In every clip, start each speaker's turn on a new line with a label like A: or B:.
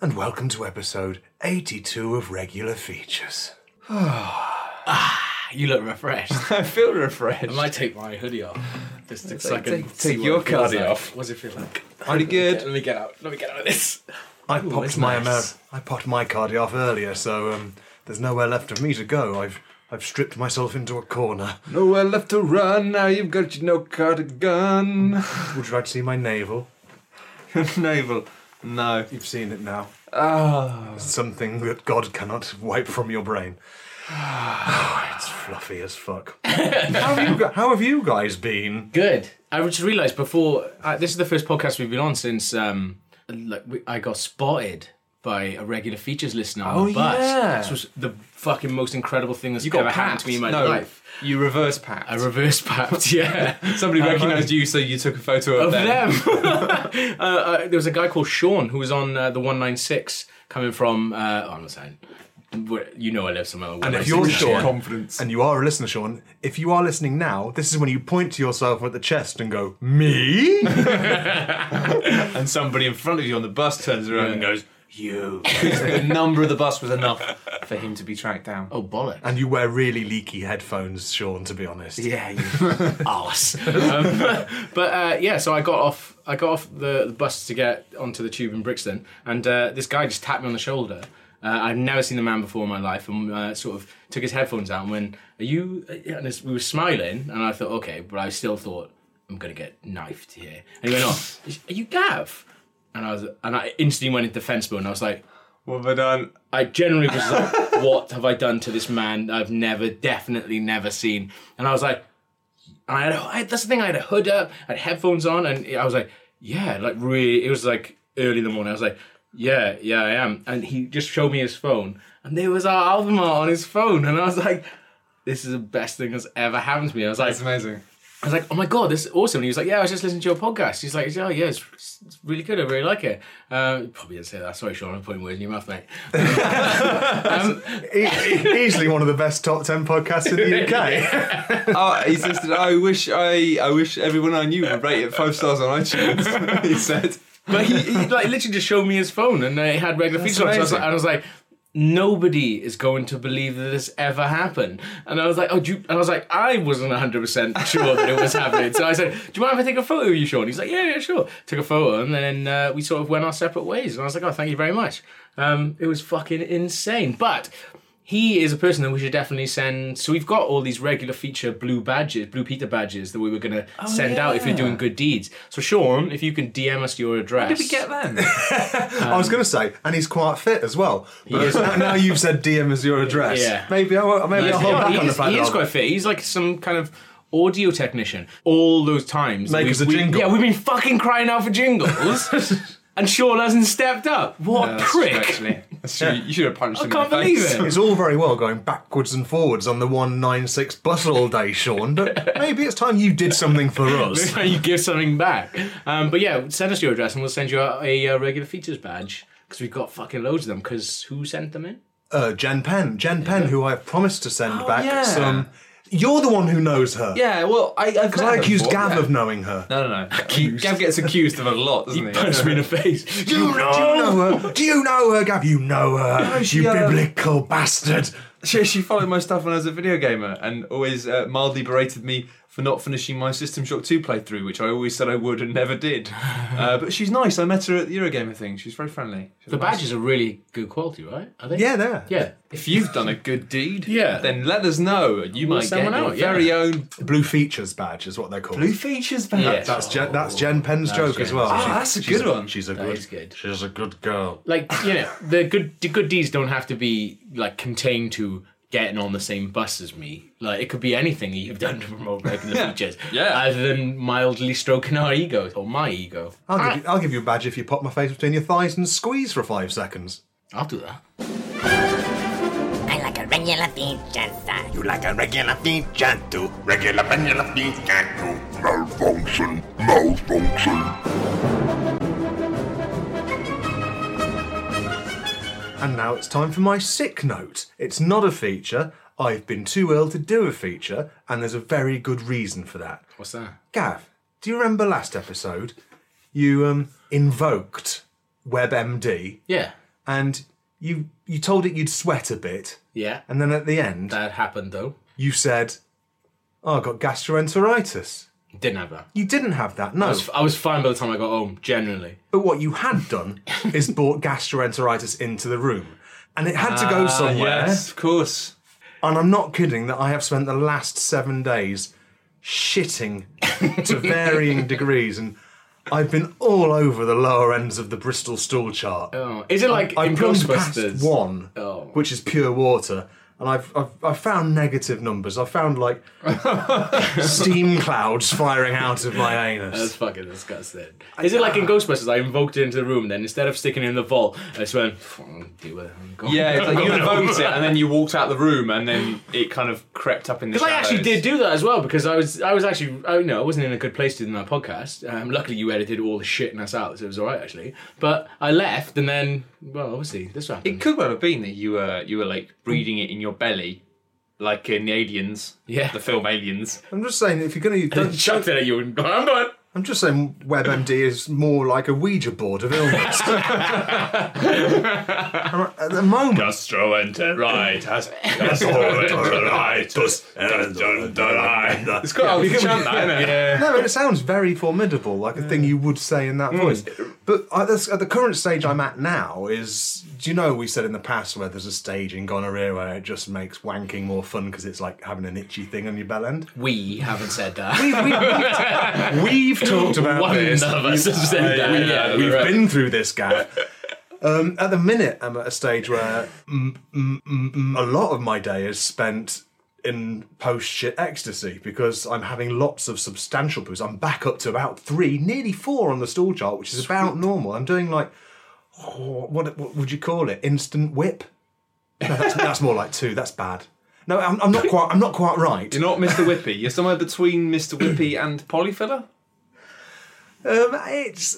A: and welcome to episode 82 of Regular Features.
B: You look refreshed.
C: I feel refreshed.
B: I might take my hoodie off. Just to
C: Take-
B: second.
C: take- take your
B: card
C: cardie off.
B: What does it feel like?
C: Pretty
B: Let
C: good.
B: me get out. Let me get out of this.
A: I
B: Ooh,
A: popped
B: it's
A: my
B: nice.
A: um, I popped my cardi off earlier, so um, there's nowhere left of me to go. I've I've stripped myself into a corner.
C: Nowhere left to run. Now you've got your no cardigan.
A: Would you like to see my navel?
C: Navel. No.
A: You've seen it now.
C: Ah.
A: Something that God cannot wipe from your brain. Oh, it's fluffy as fuck. how, have you, gu- how have you guys been?
B: Good. I just realised before uh, this is the first podcast we've been on since um, like we, I got spotted by a regular features listener on
C: Oh,
B: the bus.
C: yeah.
B: This was the fucking most incredible thing that's
C: You got
B: ever happened
C: papped.
B: to me in my
C: no,
B: life.
C: You reverse papped.
B: I reverse papped. Yeah.
C: Somebody
B: I
C: recognised you, so you took a photo of,
B: of them. uh, uh, there was a guy called Sean who was on uh, the 196 coming from. Uh, oh, I'm not saying. where- You know I live somewhere.
A: And if you're Sean,
C: Confidence.
A: and you are a listener, Sean, if you are listening now, this is when you point to yourself at the chest and go, "Me."
C: And somebody in front of you on the bus turns around and
B: Yeah.
C: goes, "You." the number of the bus was enough for him to be tracked down.
B: Oh, bollocks.
A: and you wear really leaky headphones, Sean. To be honest,
C: Yeah. You.
B: arse. um, but uh, yeah, so I got off. I got off the, the bus to get onto the tube in Brixton, and uh, this guy just tapped me on the shoulder. Uh, I've never seen the man before in my life, and uh, sort of took his headphones out and went, "Are you?" uh," And it's- we were smiling, and I thought, okay, but I still thought I'm gonna get knifed here. And he went, "Oh, are you Gav?" And I was, and I instantly went into defence mode, and I was like.
C: What have I done?
B: I generally was like, what have I done to this man that I've never, definitely never seen? And I was like, and I had, I had- that's the thing, I had a hood up, I had headphones on, and I was like, yeah, like really, it was like early in the morning. I was like, yeah, yeah, I am. And he just showed me his phone, and there was our album art on his phone, and I was like, this is the best thing that's ever happened to me. I was like,
C: It's amazing.
B: I was like, oh my god, this is awesome. And he was like, yeah, I was just listening to your podcast. He's like, oh yeah, it's, it's really good. I really like it. Um, probably didn't say that. Sorry, Sean, I'm putting words in your mouth, mate. um,
A: E- e- easily one of the best top ten podcasts in the UK.
C: Oh, he says that I wish I, I wish everyone I knew would rate it five stars on iTunes. he said.
B: but he, he like literally just showed me his phone and uh, it had regular features on. it. So I was,
C: amazing.
B: like, and I was like, nobody is going to believe that this ever happened. And I was like, oh, do you, and I was like, I wasn't 100% sure that it was happening. So I said, do you mind if I take a photo of you, Sean? He's like, yeah, yeah, sure. Took a photo and then uh, we sort of went our separate ways. And I was like, oh, thank you very much. Um, it was fucking insane. But he is a person that we should definitely send. So we've got all these regular feature blue badges, blue Peter badges that we were going to send out if you're doing good deeds. So Sean, if you can DM us your address,
C: Did we get them?
A: I was going to say, and he's quite fit as well. But
B: is.
A: now, now you've said DM as your address.
B: Yeah.
A: Maybe I will, maybe I'll hold
B: Yeah,
A: back
B: he,
A: on the
B: is,
A: fact
B: he
A: that
B: is
A: I'll-
B: quite fit. He's like some kind of audio technician. All those times,
A: Make
B: we-
A: us a
B: we-
A: jingle.
B: Yeah, we've been fucking crying out for jingles, and Sean hasn't stepped up. What
C: That's true,
B: prick!
C: actually. That's true. You should have punched
B: I
C: him
B: can't
C: in the face.
B: believe it.
A: It's all very well going backwards and forwards on the 196 bus all day, Sean, but maybe it's time you did something for us.
B: you give something back. Um, but yeah, send us your address, and we'll send you a, a, uh, regular features badge because we've got fucking loads of them. Because who sent them in?
A: Uh, Jen Penn, Jen Penn, who I promised to send
B: Oh,
A: back
C: yeah.
A: some. You're the one who knows her.
C: Yeah, well, I because
A: I accused Gav of knowing her.
C: No, no, no. Gav gets accused of a lot, doesn't he?
B: Punched me in the face.
A: Do you know her? Do you know her, Gav? You know her,
C: she,
A: you
C: uh,
A: biblical bastard.
C: She, she followed my stuff when I was a video gamer and always uh, mildly berated me for not finishing my System Shock 2 playthrough, which I always said I would and never did. Uh, but she's nice. I met her at the Eurogamer thing. She's very friendly. She's
B: The
C: nice.
B: badges are really good quality, right? Are they?
A: Yeah, there.
B: Yeah.
C: If you've done a good deed,
B: Yeah.
C: then let us know. and You
B: We'll
C: might get
B: someone
C: your
B: out, yeah.
C: very own
A: Blue features badge is what they're called.
C: blue features badge.
B: Yeah.
A: That's Jen, that's Jen Penn's joke as
B: Jen's.
A: well.
C: Oh, that's a
A: she's
C: good one.
A: She's a
B: That
A: good,
B: is good.
A: She's a good girl.
B: like you know the good the good deeds don't have to be like contained to getting on the same bus as me like it could be anything that you've done to promote regular features
C: Yeah.
B: other than mildly stroking our egos or my ego
A: I'll give, you, I'll give you a badge if you pop my face between your thighs and squeeze for five seconds.
B: i'll do that
D: I like a regular uh, feature size.
E: You like a regular feature too. Regular, regular feature too. Malfunction, malfunction.
A: And now it's time for my sick note. It's not a feature. I've been too ill to do a feature, and there's a very good reason for that.
B: what's that
A: Gav, do you remember last episode? You um invoked WebMD
B: yeah
A: and you you told it you'd sweat a bit,
B: Yeah.
A: and then at the end
B: That happened though.
A: you said, "Oh, I got gastroenteritis."
B: Didn't have that.
A: You didn't have that, no.
B: I was, I was fine by the time I got home, generally.
A: But what you had done is brought gastroenteritis into the room. And it had to go somewhere.
C: Yes, of course.
A: And I'm not kidding that I have spent the last seven days shitting to varying degrees. And I've been all over the lower ends of the Bristol stool chart.
B: Oh, is it like in
A: I've gone
B: Ghostbusters?
A: past one,
B: Oh.
A: which is pure water. And I've, I've, I've found negative numbers. I've found like steam clouds firing out of my
B: That's
A: anus.
B: fucking disgusting. Is it like in Ghostbusters? I invoked it into the room, then instead of sticking it in the vault, I just went, "Pff, I'll deal with it. I'm gone."
C: Yeah, it's like you
B: I'm gonna-
C: invoked it, and then you walked out the room, and then it kind of crept up in the
B: Because
C: shadows.
B: I actually did do that as well because I was I was actually I know I wasn't in a good place to do my podcast. Um, luckily, you edited all the shit and us out, so it was all right actually. But I left and then well, obviously this happened.
C: It could well have been that you were you were like breeding it in your belly, like in the Aliens.
B: Yeah.
C: the film Aliens.
A: I'm just saying, if you're going
B: I
A: to.
B: chucked it at you and gone, I'm gone.
A: I'm just saying WebMD is more like a Ouija board of illness. At the moment,
C: Gastroenteritis.
E: Gastroenteritis. Gastroenteritis.
C: It's
B: Oh,
C: quite old chant that, isn't it? Yeah.
A: no, but it sounds very formidable, like a thing you would say in that voice. But I, that's, at the current stage I'm at now is, do you know we said in the past where there's a stage in gonorrhea where it just makes wanking more fun because it's like having an itchy thing on your bell end?
B: We haven't said that.
A: We've talked about
B: One
A: this.
B: of us has said that.
A: we,
B: Yeah,
A: we've
B: right.
A: been through this gap. Um, at the minute, I'm at a stage where mm, mm, mm, mm, a lot of my day is spent in post shit ecstasy because I'm having lots of substantial poos. I'm back up to about three, nearly four on the stool chart, which is about normal. I'm doing like, oh, what, what would you call it? Instant whip? No, that's, that's more like two. That's bad. No, I'm, I'm not quite. I'm not quite right.
C: You're not Mr. Whippy. You're somewhere between Mr. Whippy and Polyfiller.
A: Um, it's it's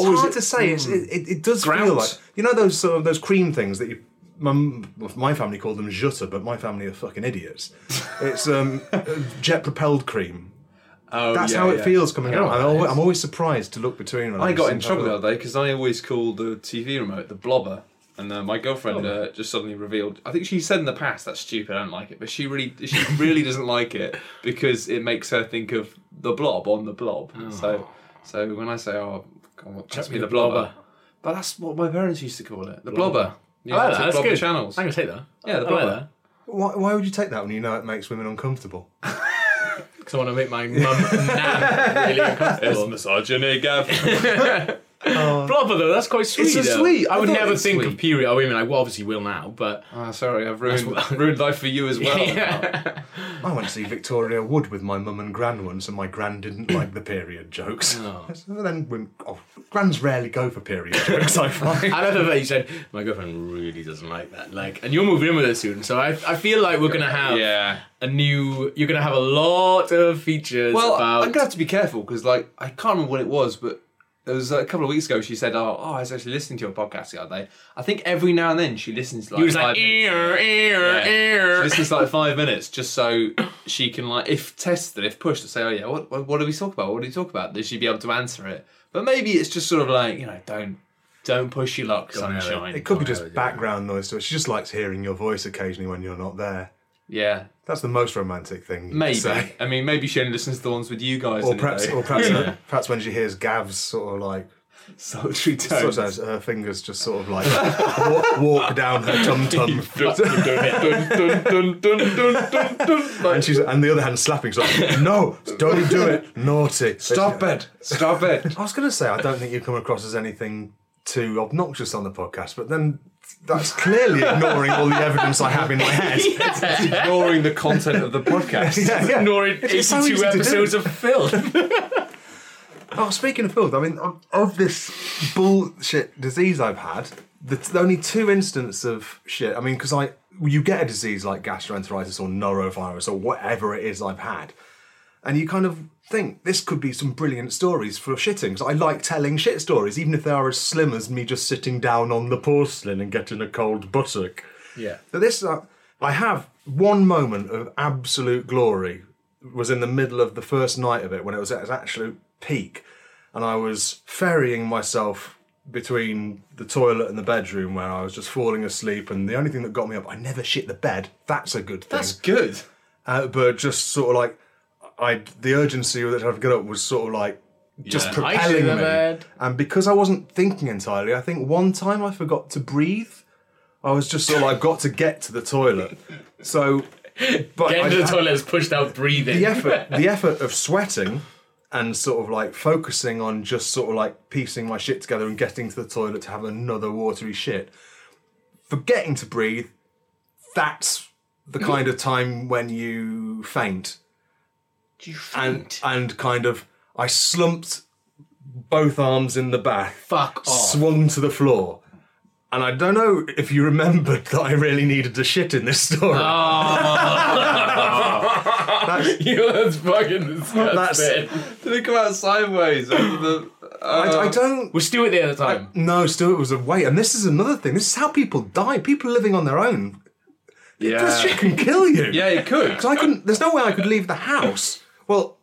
C: Or Oh,
A: hard
C: is it- Hmm.
A: to say. It's, it, it, it does feel
C: Grout?
A: like you know those sort of those cream things that you. My, my family called them jutta, but my family are fucking idiots. It's um, jet propelled cream.
C: Oh,
A: That's
C: yeah,
A: how it
C: yeah.
A: feels coming
B: know
A: out.
B: what
A: I'm
B: that
A: always,
B: is.
A: I'm always surprised to look between. when
C: I got
A: just
C: in
A: have
C: trouble
A: a
C: the
A: look.
C: other day because I always call the TV remote the blobber, and uh, my girlfriend uh, just suddenly revealed. I think she said in the past that's stupid. I don't like it, but she really she really doesn't like it because it makes her think of the blob on the blob. So so when I say oh, God, what, pass me the blobber.
B: blobber.
C: but that's what my parents used to call it, the blobber. Yeah,
B: I like that.
C: it's the
B: Oh, That's
C: blobber
B: good.
C: channels.
B: I'm gonna take that.
C: Yeah, the
B: I like
C: blobber.
B: that.
A: Why, why would you take that when you know it makes women uncomfortable?
B: Because I want to make my mum and nan really uncomfortable.
C: misogyny, Gav.
B: Blubber though, that's quite sweet.
A: It's a
B: though.
A: sweet-
B: I
A: I
B: would
A: thought
B: never
A: it's
B: think of Oh,
A: sweet.
B: period. I mean, I well, obviously will now, but
C: Ah, sorry, I've ruined ruined life for you as well.
B: yeah.
A: I went to see Victoria Wood with my mum and gran once, and my gran didn't like the period jokes. So then, women, oh, grans rarely go for period jokes. I find.
B: I love the fact you said my girlfriend really doesn't like that. Like, and you're moving in with her soon, so I, I feel like we're gonna have
C: Yeah.
B: a new. You're gonna have a lot of features.
C: Well,
B: about,
C: I'm gonna have to be careful because, like, I can't remember what it was, but it was like, a couple of weeks ago. She said, "Oh, oh, I was actually listening to your podcast the other day." I think every now and then she listens to like
B: he was
C: five
B: like
C: minutes.
B: ear, ear,
C: She
B: ear.
C: listens to like five minutes just so she can like, if tested, if pushed, to say, "Oh yeah, what what, what do we talk about? What do you talk about?" Then she'd be able to answer it. But maybe it's just sort of like you know, don't don't push your luck,
B: Don't know.
C: sunshine.
A: It could be
B: Whatever,
A: just
B: yeah.
A: background noise to it. She just likes hearing your voice occasionally when you're not there.
C: Yeah,
A: That's the most romantic thing. you could
C: maybe.
A: say.
C: I mean, maybe she only listens to the ones with you guys.
A: Or
C: in it,
A: perhaps,
C: though.
A: or perhaps, perhaps when she hears Gav's sort of like,
C: sultry tones.
A: sort of her fingers just sort of like walk, walk down her tum tum,
C: dun, dun, dun, dun, dun, dun, dun, like-
A: and she's and the other hand slapping. She's like, no, don't do it, naughty.
C: Stop it! Stop it!
A: I was going to say I don't think you come across as anything too obnoxious on the podcast, but then that's clearly ignoring all the evidence I have in my head.
C: Ignoring the content of the podcast.
A: Yeah, yeah.
B: Nor in
A: It's so
B: 82
A: easy to do.
B: episodes of film.
A: Oh, speaking of filth, I mean, of, of this bullshit disease I've had, the, the only two instances of shit, I mean, because I you get a disease like gastroenteritis or norovirus or whatever it is I've had, and you kind of think this could be some brilliant stories for shitting. 'cause I like telling shit stories, even if they are as slim as me just sitting down on the porcelain and getting a cold buttock.
B: yeah.
A: So this, uh, I have one moment of absolute glory was in the middle of the first night of it when it was at its absolute peak, and I was ferrying myself between the toilet and the bedroom where I was just falling asleep, and the only thing that got me up, I never shit the bed. That's a good thing.
C: That's good.
A: Uh, but just sort of like, I the urgency with which I'd get up was sort of like just
C: Yeah. I shit
A: propelling
B: the
A: me.
B: bed.
A: And because I wasn't thinking entirely, I think one time I forgot to breathe. I was just sort of like, got to get to the toilet. So, but
B: Get
A: I-
B: into the
A: I-
B: toilet is pushed out breathing.
A: the effort the effort of sweating and sort of like focusing on just sort of like piecing my shit together and getting to the toilet to have another watery shit forgetting to breathe that's the kind of time when you faint and and kind of i slumped both arms in the bath
B: Fuck off.
A: swung to the floor and i don't know if you remembered that i really needed to shit in this story
B: Oh. you know, that's fucking
A: That's-
B: disgusting.
C: Did it come out sideways? over the-
A: I, I
C: uh,
A: don't
B: We're still at the other time.
A: No, still it was a way. And this is another thing. This is how people die. People living on their own. This shit can kill you.
C: Uh, Yeah, it could.
A: 'Cause I couldn't. There's no way I could leave the house. Well,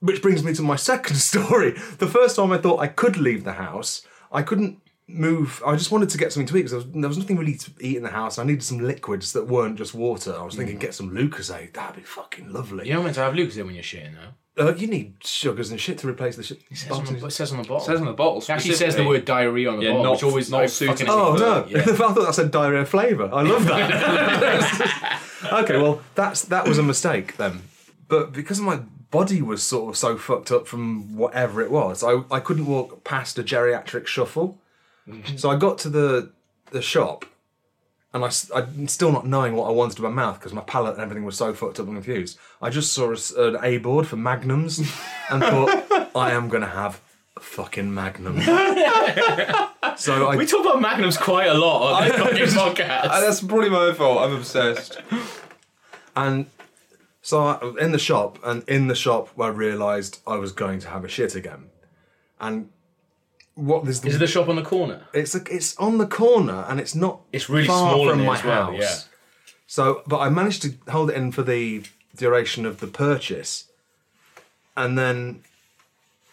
A: which brings me to my second story. The first time I thought I could leave the house, I couldn't move. I just wanted to get something to eat because there was, there was nothing really to eat in the house. I needed some liquids that weren't just water. I was thinking, get some Lucasade. That'd be fucking lovely.
B: You're not meant to have Lucas in when you're shitting, though.
A: Uh, you need sugars and shit to replace the shit.
B: It says on the bottle.
C: It says on the bottle.
B: It actually says the word diarrhea on the
C: Yeah,
B: bottle,
C: not-
B: which always
C: not
B: I fucking-
C: suited.
A: Oh no!
B: Yeah.
A: I thought that said diarrhea flavour. I love that. okay, well that's that was a mistake then. But because my body was sort of so fucked up from whatever it was, I, I couldn't walk past a geriatric shuffle. so I got to the the shop, and I, s- I- still not knowing what I wanted to my mouth because my palate and everything was so fucked up and confused. I just saw a s an A board for Magnums and thought, I am gonna have a fucking Magnum. so I
B: We talk about Magnums quite a lot on this fucking
C: Uh,
B: podcast.
C: that's probably my fault. I'm obsessed.
A: And so I, in the shop, and in the shop, I realised I was going to have a shit again. And what this
B: Is it the shop on the corner?
A: it's a, it's on the corner, and it's not
B: It's really
A: far
B: small in
A: from
B: there
A: my
B: as well,
A: house.
B: yeah.
A: So, but I managed to hold it in for the duration of the purchase, and then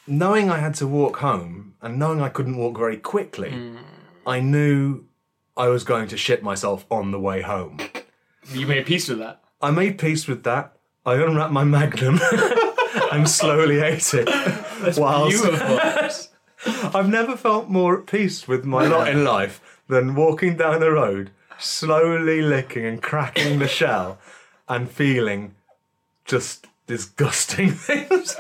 A: knowing I had to walk home and knowing I couldn't walk very quickly, I knew I was going to shit myself on the way home.
B: You made peace with that.
A: I made peace with that. I unwrapped my magnum and slowly ate it. Whilst
B: Beautiful.
A: I've never felt more at peace with my lot in life than walking down the road, slowly licking and cracking the shell and feeling just disgusting things.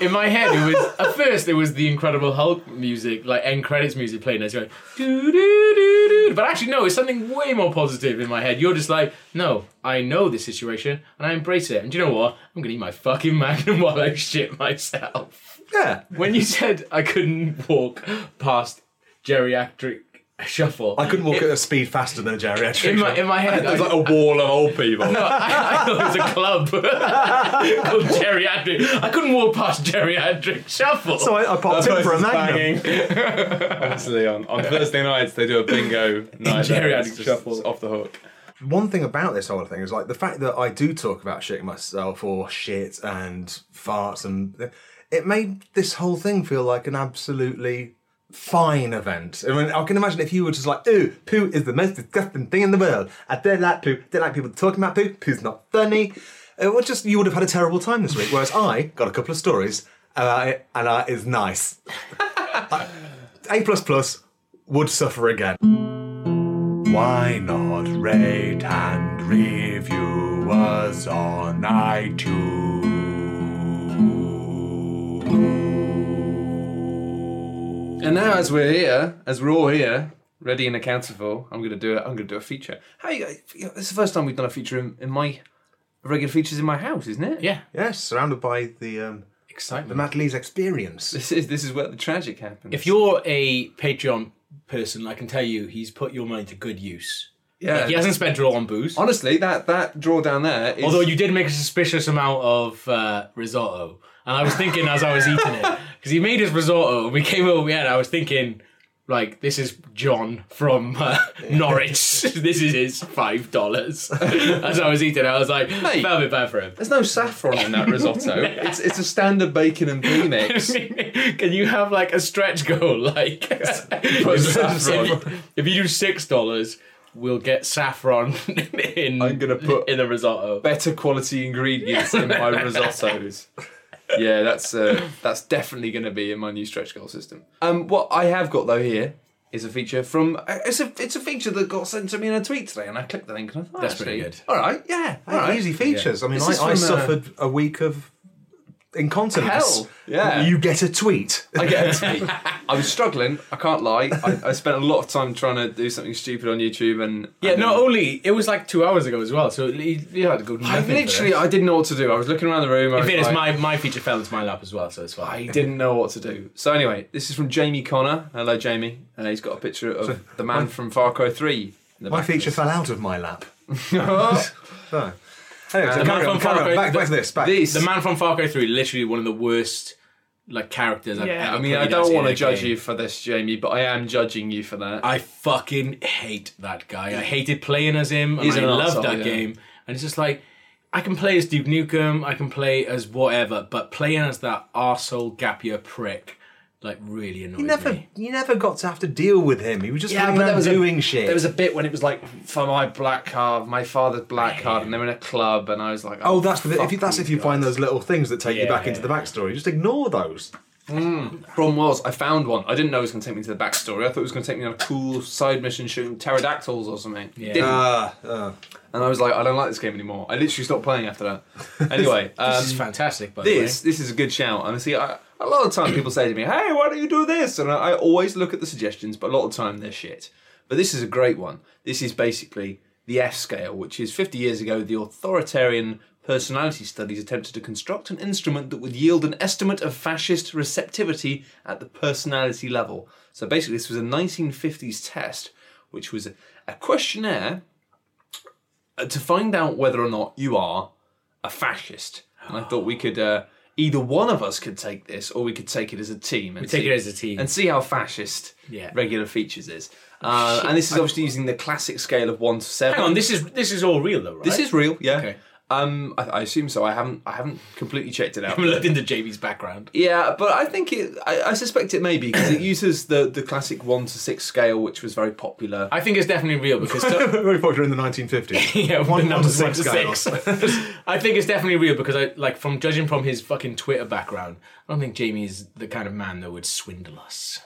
B: In my head, it was at first it was the Incredible Hulk music, like end credits music playing. It's going doo doo doo doo. But actually, no, it's something way more positive in my head. You're just like, no, I know this situation and I embrace it. And do you know what? I'm gonna eat my fucking Magnum while I shit myself.
A: yeah.
B: When you said I couldn't walk past geriatric shuffle,
A: I couldn't walk at a speed faster than a geriatric.
B: in my in my head. I,
C: It's like a wall of old people.
B: I, I thought it was a club called Geriatric. I couldn't walk past Geriatric Shuffle.
A: so I, I popped in for a magnum.
C: Honestly, on, on Thursday nights they do a bingo night.
B: Geriatric
C: It's just-
B: shuffle.
C: it's off the hook.
A: one thing about this whole thing is like the fact that I do talk about shitting myself or shit and farts and it made this whole thing feel like an absolutely fine event. I mean, I can imagine if you were just like, ooh, poo is the most disgusting thing in the world. I don't like poo. don't like people talking about poo. Poo's not funny. It was just, you would have had a terrible time this week. Whereas I got a couple of stories about it and uh, it's nice. A plus plus would suffer again. Why not rate and review us on iTunes?
C: And now, as we're here, as we're all here, ready and accounted for, I'm gonna do it. I'm gonna do a feature. How you? you know, this is the first time we've done a feature in, in my regular features in my house, isn't it?
B: yeah,
A: Yes, surrounded by the um, the
B: excitement.
A: Matt Lee's experience.
C: This is this is where the tragic happens.
B: If you're a Patreon person, I can tell you he's put your money to good use.
C: yeah,
B: He hasn't spent it all on booze.
C: honestly, that that drawdown there. Is,
B: Although you did make a suspicious amount of uh, risotto, and I was thinking as I was eating it because he made his risotto. and We came over, yeah, and I was thinking Like this is John from uh, Norwich. this is his five dollars. As I was eating, I was like,
C: Mate.
B: felt a bit bad for him.
C: There's no saffron in that risotto. it's it's a standard bacon and pea mix.
B: Can you have like a stretch goal? Like, if,
C: saffron.
B: if you do six dollars, we'll get saffron in.
C: I'm gonna put-
B: in the risotto.
C: Better quality ingredients in my risottos. Yeah, that's uh, that's definitely going to be in my new stretch goal system. Um, what I have got though here is a feature from uh, it's a it's a feature that got sent to me in a tweet today, and I clicked the link and I thought
B: That's
C: actually,
B: pretty good.
C: All right, yeah, all right.
A: Easy features. I mean,
C: This
A: I,
C: is
A: I
C: from, uh,
A: suffered a week of incontinence.
C: Hell, yeah.
A: You get a tweet.
C: I get a tweet. I was struggling. I can't lie. I, I spent a lot of time trying to do something stupid on YouTube, and
B: Yeah,
C: and
B: not only it was like two hours ago as well, so you, you had to go.
C: I literally, I didn't know what to do. I was looking around the room. I
B: in
C: was
B: fairness,
C: like,
B: my my feature fell into my lap as well, so it's fine.
C: I didn't know what to do. So anyway, this is from Jamie Connor. Hello, Jamie. Uh, he's got a picture of the man from Far Cry Three. in the
A: My
C: back of
A: feature
C: this.
A: fell out of my lap.
C: Oh. Uh,
A: So, anyway, so
B: the
A: carry on,
B: microphone
A: carry on.
B: cargo-
A: Back,
B: the-
A: back to this. Back.
C: These-
B: The man from Far Cry Three, literally one of the worst like characters. I've
C: Yeah,
B: ever
C: I mean, I
B: played as
C: don't
B: in
C: want
B: a
C: to judge
B: game.
C: you for this, Jamie, but I am judging you for that.
B: I fucking hate that guy. I hated playing as him, and
C: He's
B: I
C: an
B: loved
C: arsehole,
B: that
C: yeah.
B: game. And it's just like I can play as Duke Nukem, I can play as whatever, but playing as that arsehole gap year prick, like really annoys
A: you never,
B: me.
A: you never got to have to deal with him. He was just running around doing shit.
C: There was a bit when it was like for my black card, my father's black card, and they were in a club, and I was like,
A: Oh, that's the, if
C: fuck
A: you, that's if you
C: guys.
A: find those little things that take you back
B: Yeah.
A: into the backstory. Just ignore those.
C: Problem was, I found one. I didn't know it was going to take me to the backstory. I thought it was going to take me on a cool side mission shooting pterodactyls or something. It
B: Yeah.
C: didn't.
A: Uh, uh.
C: and I was like, I don't like this game anymore. I literally stopped playing after that. Anyway, um,
B: This is fantastic, by the way.
C: this this is a good shout. And I see, I, a lot of time people say to me, "Hey, why don't you do this?" And I, I always look at the suggestions, but a lot of time they're shit. But this is a great one. This is basically the F scale, which is 50 years ago the authoritarian personality studies attempted to construct an instrument that would yield an estimate of fascist receptivity at the personality level. So basically, this was a 1950s test, which was a, a questionnaire uh, to find out whether or not you are a fascist. And I thought we could uh, either one of us could take this, or we could take it as a team. And we
B: take it as a team.
C: and see how fascist
B: Yeah.
C: regular features is. Uh, and this is obviously using the classic scale of one to seven.
B: Hang on, this is this is all real though, right?
C: This is real, yeah.
B: Okay.
C: Um, I, I assume so. I haven't I haven't completely checked it out.
B: I haven't looked into JB's background.
C: Yeah, but I think it. I, I suspect it may be because it uses the the classic one to six scale, which was very popular.
B: I think it's definitely real because so-
A: Very popular in the 1950s.
B: yeah,
A: One
B: the numbers
A: one to six
B: I think it's definitely real because I like from judging from his fucking Twitter background, I don't think Jamie is the kind of man that would swindle us.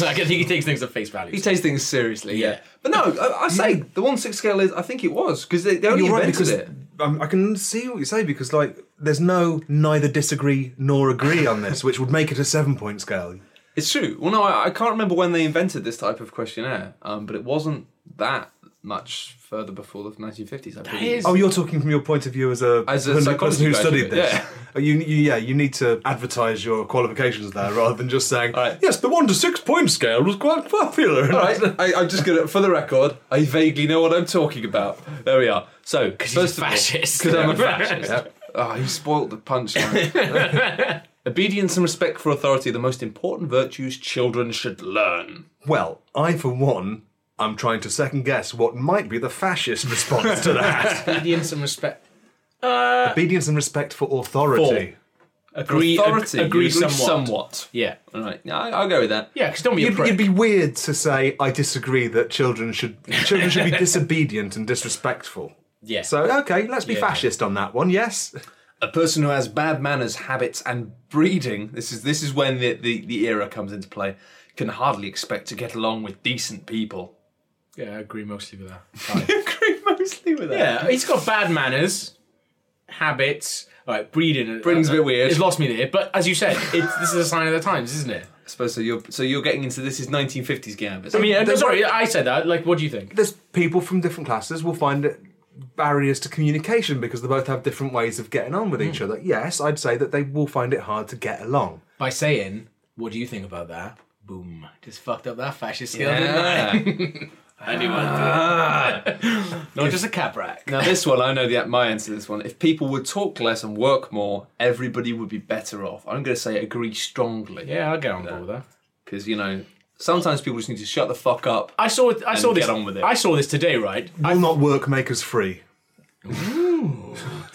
B: like I think he takes things at face value.
C: He takes things seriously, yeah.
B: Yeah.
C: But no, I, I say the one to six scale is. I think it was because they, they only
A: You're right
C: invented
A: because
C: it.
A: um, I can see what you say because like there's no neither disagree nor agree on this, which would make it a seven point scale.
C: It's true. Well, no, I, I can't remember when they invented this type of questionnaire, um, but it wasn't that much further before the 1950s. I believe.
B: is-
A: Oh, you're talking from your point of view as a,
C: As a
A: person-
C: psychology
A: person who
C: graduate,
A: studied this.
C: yeah.
A: Oh, You, you, yeah, you need to advertise your qualifications there rather than just saying,
C: Alright.
A: yes, the one to six point scale was quite popular.
C: All right, I, I'm just gonna, for the record, I vaguely know what I'm talking about. There we are. So, because
B: he's a fascist.
C: because I'm a fascist. Ah, you spoilt the punchline. Obedience and respect for authority are the most important virtues children should learn.
A: Well, I, for one, am trying to second guess what might be the fascist response to that.
B: obedience and respect.
A: Obedience and respect for authority.
B: Agree, ag-
C: authority, you
B: agree, somewhat. Yeah,
C: All right, yeah, I, I'll go with that.
B: yeah. Because don't be a
A: You'd,
B: prick.
A: you'd be weird to say I disagree that children should children should be disobedient and disrespectful.
B: yeah.
A: So okay, let's be fascist on that one. Yes,
C: a person who has bad manners, habits, and breeding. This is this is when the, the, the era comes into play. Can hardly expect to get along with decent people.
B: yeah, I agree mostly with that.
C: Agree mostly with that.
B: Yeah, he's got bad manners, habits. All right, breeding.
C: Breeding's a bit weird.
B: It's lost me there, but as you said, it's, this is a sign of the times, isn't it?
C: I suppose so. You're so you're getting into this is 1950s gambit.
B: I mean, uh, sorry, I said that. Like, what do you think?
A: there's people from different classes will find it barriers to communication because they both have different ways of getting on with each
B: Hmm.
A: other. Yes, I'd say that they will find it hard to get along.
B: by saying, "What do you think about that?" Boom, just fucked up that fascist skill,
C: Yeah.
B: Not just a cap rack.
C: now this one, I know the my answer to this one. If people would talk less and work more, everybody would be better off. I'm going to say agree strongly
B: Yeah, I'll get on board with that.
C: because you know sometimes people just need to shut the fuck up.
B: I saw. I saw
C: get
B: this.
C: on with it.
B: I saw this today, right?
A: Will not work make us free.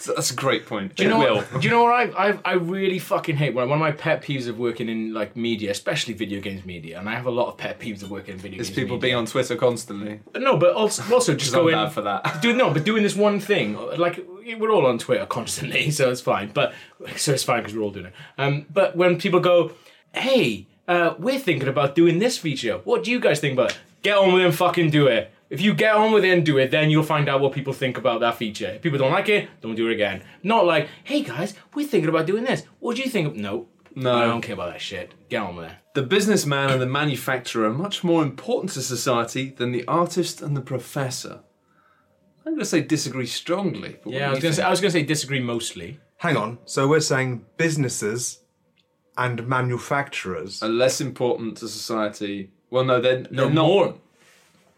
C: That's a great point.
B: Do you know what? Do you know what I, I I really fucking hate? One of my pet peeves of working in like media, especially video games media, and I have a lot of pet peeves of working in video
C: It's
B: games.
C: people
B: media.
C: being on Twitter constantly.
B: no, but also also just
C: I'm
B: going
C: bad for that.
B: Do, no, but doing this one thing, like we're all on Twitter constantly, so it's fine. But so it's fine because we're all doing it. Um, but when people go, "Hey, uh, we're thinking about doing this feature. What do you guys think about?" it?" Get on with it and fucking do it. If you get on with it and do it, then you'll find out what people think about that feature. If people don't like it, don't do it again. Not like, "Hey guys, we're thinking about doing this. What do you think?" of-" No,
C: No.
B: I don't care about that shit. Get on with it.
C: The businessman and the manufacturer are much more important to society than the artist and the professor. I'm going to say disagree strongly. But what do
B: Yeah, I was
C: you
B: gonna say,
C: think?
B: I was gonna say disagree mostly.
A: Hang on. So we're saying businesses and manufacturers.
C: are less important to society. Well, no, they're, they're not.
B: more.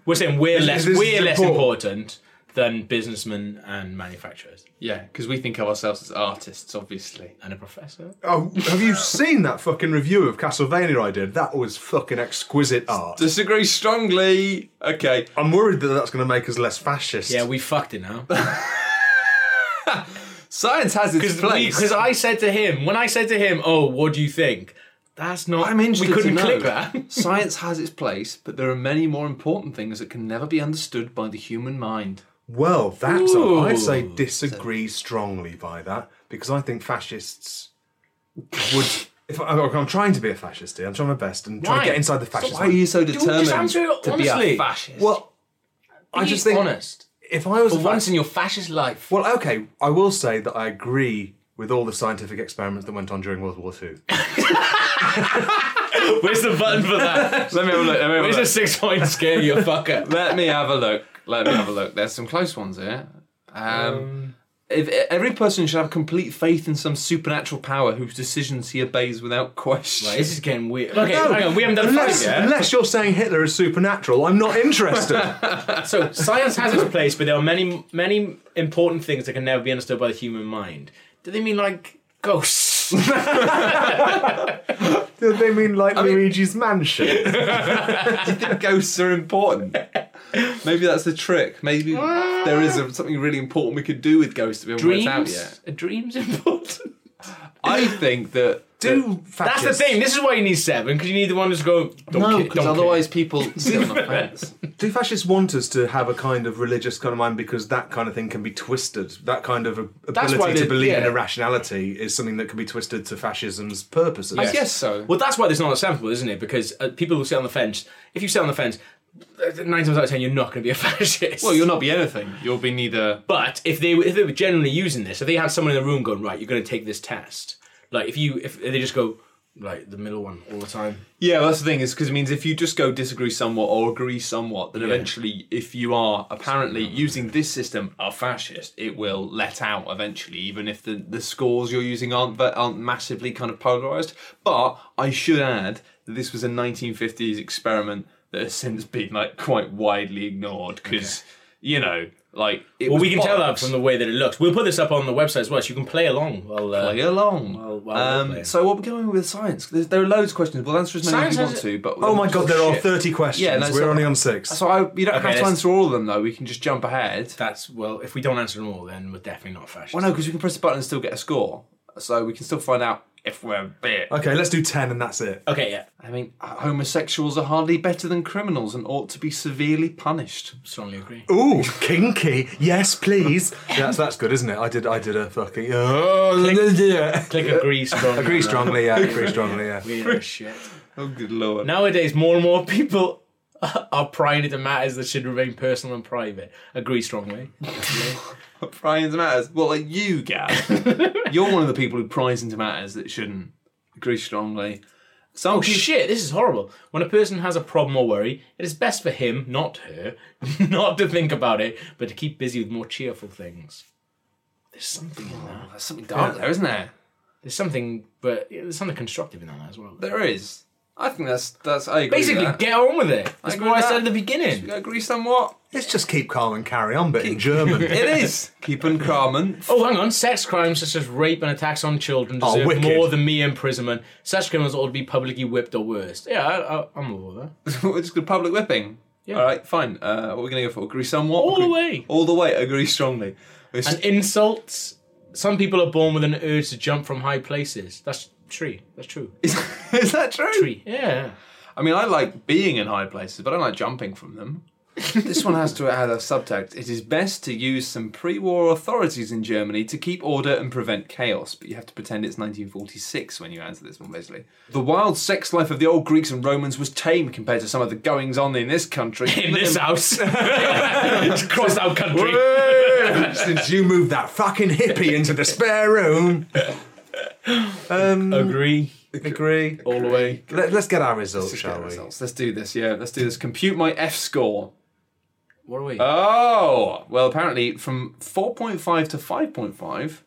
B: We're saying we're
A: This-
B: less
A: this is
B: we're less
A: important.
B: important than businessmen and manufacturers.
C: Yeah, because we think of ourselves as artists, obviously.
B: And a professor.
A: Oh, have you seen that fucking review of Castlevania I did? That was fucking exquisite art.
C: Disagree strongly. Okay,
A: I'm worried that that's going to make us less fascist.
B: Yeah, we fucked it now.
C: science has its place.
B: Because I said to him, when I said to him, "Oh, what do you think?" That's not.
C: I'm interested
B: We couldn't
C: to know.
B: click that.
C: Science has its place, but there are many more important things that can never be understood by the human mind.
A: Well, that's
B: Ooh.
A: I'd say disagree strongly by that because I think fascists would. If I, I'm trying to be a fascist here. I'm trying my best and trying
B: Why?
A: to get inside the fascist.
C: Why are you so
B: just
C: determined
B: answer it
C: to be
B: honestly.
C: a fascist?
A: well, I
B: Be
A: just think
B: honest.
A: if I was
B: For
A: a
B: once
A: fascist,
B: in your fascist life.
A: well, okay, I will say that I agree with all the scientific experiments that went on during World War Two.
B: Where's the button for that?
C: let me have a look. Let me have a
B: Where's
C: look.
B: a six point scale, you fucker?
C: Let me have a look. Let me have a look. There's some close ones here. Um, if, e-, every person should have complete faith in some supernatural power whose decisions he obeys without question.
B: This is getting weird. Okay, hang on, we haven't done
A: unless,
B: five yet.
A: unless you're saying Hitler is supernatural, I'm not interested.
B: So science has its place, but there are many, many important things that can never be understood by the human mind. Do they mean like ghosts?
A: Do they mean like Luigi's Mansion?
C: Ghosts are important. Maybe that's the trick. Maybe there is a, something really important we could do with ghosts that we haven't worked out
B: dreams?
C: yet.
B: Are dreams important?
C: I think that.
A: Do
B: That's
A: fascists?
B: the thing. This is why you need seven because you need the one that's go. Don't
C: No,
B: care,
C: because
B: don't
C: otherwise
B: care.
C: people sit on the fence.
A: Do fascists want us to have a kind of religious kind of mind because that kind of thing can be twisted? That kind of
B: why
A: ability
B: they-
A: to believe in
B: yeah.
A: irrationality is something that can be twisted to fascism's purposes.
C: I guess so.
B: Well, that's why this is not acceptable, isn't it? Because uh, people who sit on the fence. If you sit on the fence, uh, nine times out of ten, you're not going to be a fascist.
C: Well, you'll not be anything. You'll be neither.
B: But if they were- if they were generally using this, if they had someone in the room going, right, you're going to take this test. Like if you if they just go like the middle one all the time.
C: Yeah, well, that's the thing is because it means if you just go disagree somewhat or agree somewhat, then eventually, if you are apparently using this system are fascist, it will let out eventually, even if the, the scores you're using aren't that aren't massively kind of polarized. But I should add that this was a 1950s experiment that has since been like quite widely ignored because you know, like it
B: Well,
C: was
B: we can tell that
C: bollocks.
B: from the way that it looks. We'll put this up on the website as well, so you can play along. While, uh,
C: Play along.
B: Well, well,
C: um,
B: lovely.
C: so what we're going with science? There's, there are loads of questions. We'll answer as many
B: Science
C: as we want
B: has-
C: to. But
A: Oh my god, there are
C: Shit.
A: 30 questions.
C: Yeah, no,
A: We're
C: so-
A: only on six.
C: So I, you don't have to
B: let's-
C: answer all of them though. We can just jump ahead.
B: That's well. If we don't answer them all, then we're definitely not fascist.
C: Well, no, because we can press the button and still get a score, so we can still find out if we're bit.
A: okay, let's do 10 and that's it.
B: Okay, yeah,
C: I mean, homosexuals are hardly better than criminals and ought to be severely punished.
B: strongly agree.
A: Ooh, kinky. Yes, please. that's that's good, isn't it? I did I did a fucking
B: Click agree strongly.
A: Agree strongly, yeah. Agree strongly, yeah.
B: We know shit.
C: Oh, good lord!
B: Nowadays, more and more people are prying into matters that should remain personal and private. Agree strongly.
C: pry into matters. Well, like you, Gav, you're one of the people who pries into matters that shouldn't. Agree strongly. Some
B: Oh shit, this is horrible. When a person has a problem or worry, it is best for him, not her, not to think about it, but to keep busy with more cheerful things. There's something in that.
C: There's something dark there, isn't there?
B: There's something, but yeah, there's something constructive in that as well.
C: There is. I think that's that's. I agree.
B: Basically,
C: with that.
B: get on with it. That's
C: agree
B: what I
C: with
B: said at
C: that.
B: the beginning.
C: I agree somewhat.
A: Let's just keep calm and carry on, but in German.
C: It is keeping Carmen.
B: Oh, hang on. Sex crimes such as rape and attacks on children
A: Oh,
B: deserve
A: wicked.
B: more than mere imprisonment. Such criminals ought to be publicly whipped or worse. Yeah, I, I, I'm all over that.
C: We're just Oh, good public whipping.
B: Yeah.
C: All right, fine. Uh, what are we going to go for? Agree somewhat.
B: All the
C: Agree-
B: way.
C: All the way. Agree strongly. We're s-
B: And insults. Some people are born with an urge to jump from high places. That's true. That's true.
C: is, is that true?
B: Tree. Yeah.
C: I mean, I like being in high places, but I don't like jumping from them. this one has to add a subtext. It is best to use some pre-war authorities in Germany to keep order and prevent chaos, but you have to pretend it's 1946 when you answer this one, basically. The wild sex life of the old Greeks and Romans was tame compared to some of the goings-on in this country.
B: In this house. It's crossed out country.
A: Since you moved that fucking hippie into the spare room. Um,
B: Agree.
A: agree.
B: All the way.
A: Let, let's get our results,
C: Let's get
A: shall we?
C: results. Let's do this, yeah. Let's do this. Compute my F score.
B: What are we?
C: Oh, well, apparently from 4.5 to 5.5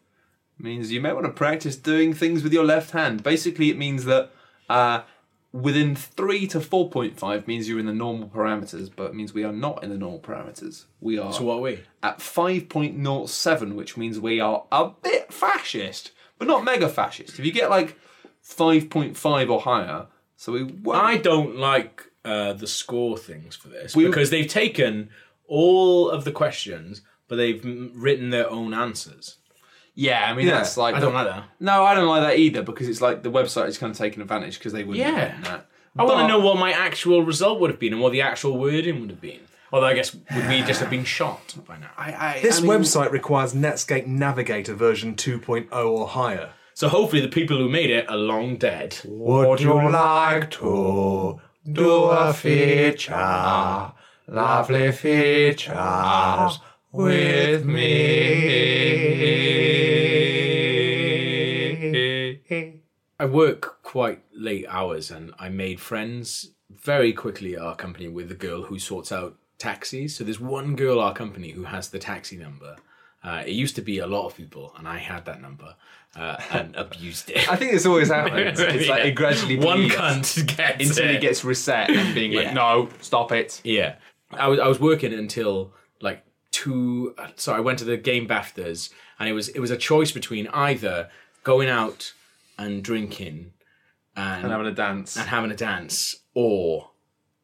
C: means you may want to practice doing things with your left hand. Basically, it means that uh, within 3 to 4.5 means you're in the normal parameters, but it means we are not in the normal parameters. We are
B: so what are we?
C: at 5.07, which means we are a bit fascist, but not mega fascist. If you get like 5.5 or higher, so we won't.
B: I don't like uh, the score things for this
C: We-
B: because they've taken all of the questions, but they've mm, written their own answers.
C: yeah, I mean,
A: Yeah,
C: that's like.
B: I don't like that.
C: No, I don't like that either because it's like the website is kind of taking advantage because they wouldn't
B: Yeah.
C: have written that.
B: I want
C: But-
B: to know what my actual result would have been and what the actual wording would have been. Although I guess would we just have been shot by now?
C: I, I,
A: This
C: I mean,
A: website requires Netscape Navigator version 2.0 or higher.
B: So hopefully the people who made it are long dead.
A: Would you like to do a feature? Lovely features with me.
B: I work quite late hours and I made friends very quickly at our company with the girl who sorts out taxis. So there's one girl at our company who has the taxi number. Uh, it used to be a lot of people, and I had that number uh, and abused it.
C: I think this always happens. It's like
B: Yeah.
C: it gradually
B: one
C: bleeds
B: cunt gets
C: until
B: it.
C: it gets reset and being
B: Yeah.
C: like, no, stop it.
B: Yeah, I was I was working until like two. uh, So I went to the game Baftas, and it was it was a choice between either going out and drinking and,
C: And having a dance.
B: and having a dance or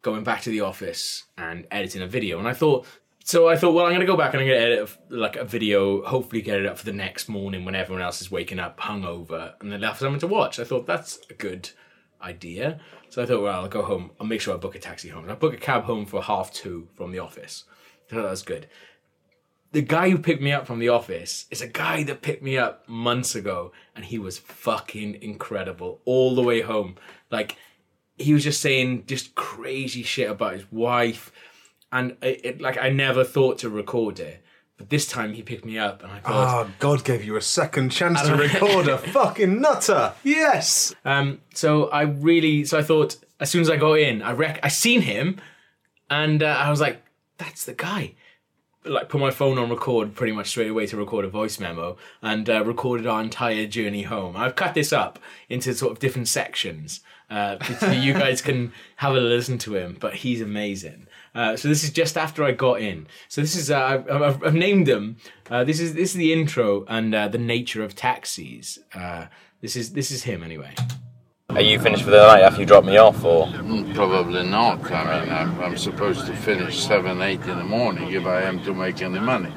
B: going back to the office and editing a video. And I thought, so I thought, well, I'm going to go back and I'm going to edit a, like a video, hopefully get it up for the next morning when everyone else is waking up hungover and they'll have something to watch. I thought that's a good idea. So I thought, well, I'll go home. I'll make sure I book a taxi home. And I book a cab home for half two from the office. I thought that was good the guy who picked me up from the office is a guy that picked me up months ago and he was fucking incredible all the way home like he was just saying just crazy shit about his wife and it, it like i never thought to record it but this time he picked me up and i thought
A: Oh, God gave you a second chance to record a fucking nutter. Yes.
B: Um, so I really, so I thought as soon as I got in, I rec, I seen him, and uh, I was like, "That's the guy." Like, put my phone on record pretty much straight away to record a voice memo, and uh, recorded our entire journey home. I've cut this up into sort of different sections, uh, so that you guys can have a listen to him. But he's amazing. Uh, so this is just after I got in. So this is uh, I've, I've, I've named them. Uh, this is this is the intro and uh, the nature of taxis. Uh, this is this is him anyway.
F: Are you finished for the night after you drop me off, or?
G: Mm, Probably not. I mean, I'm, I'm supposed to finish 7, 8 in the morning if I am to make any money.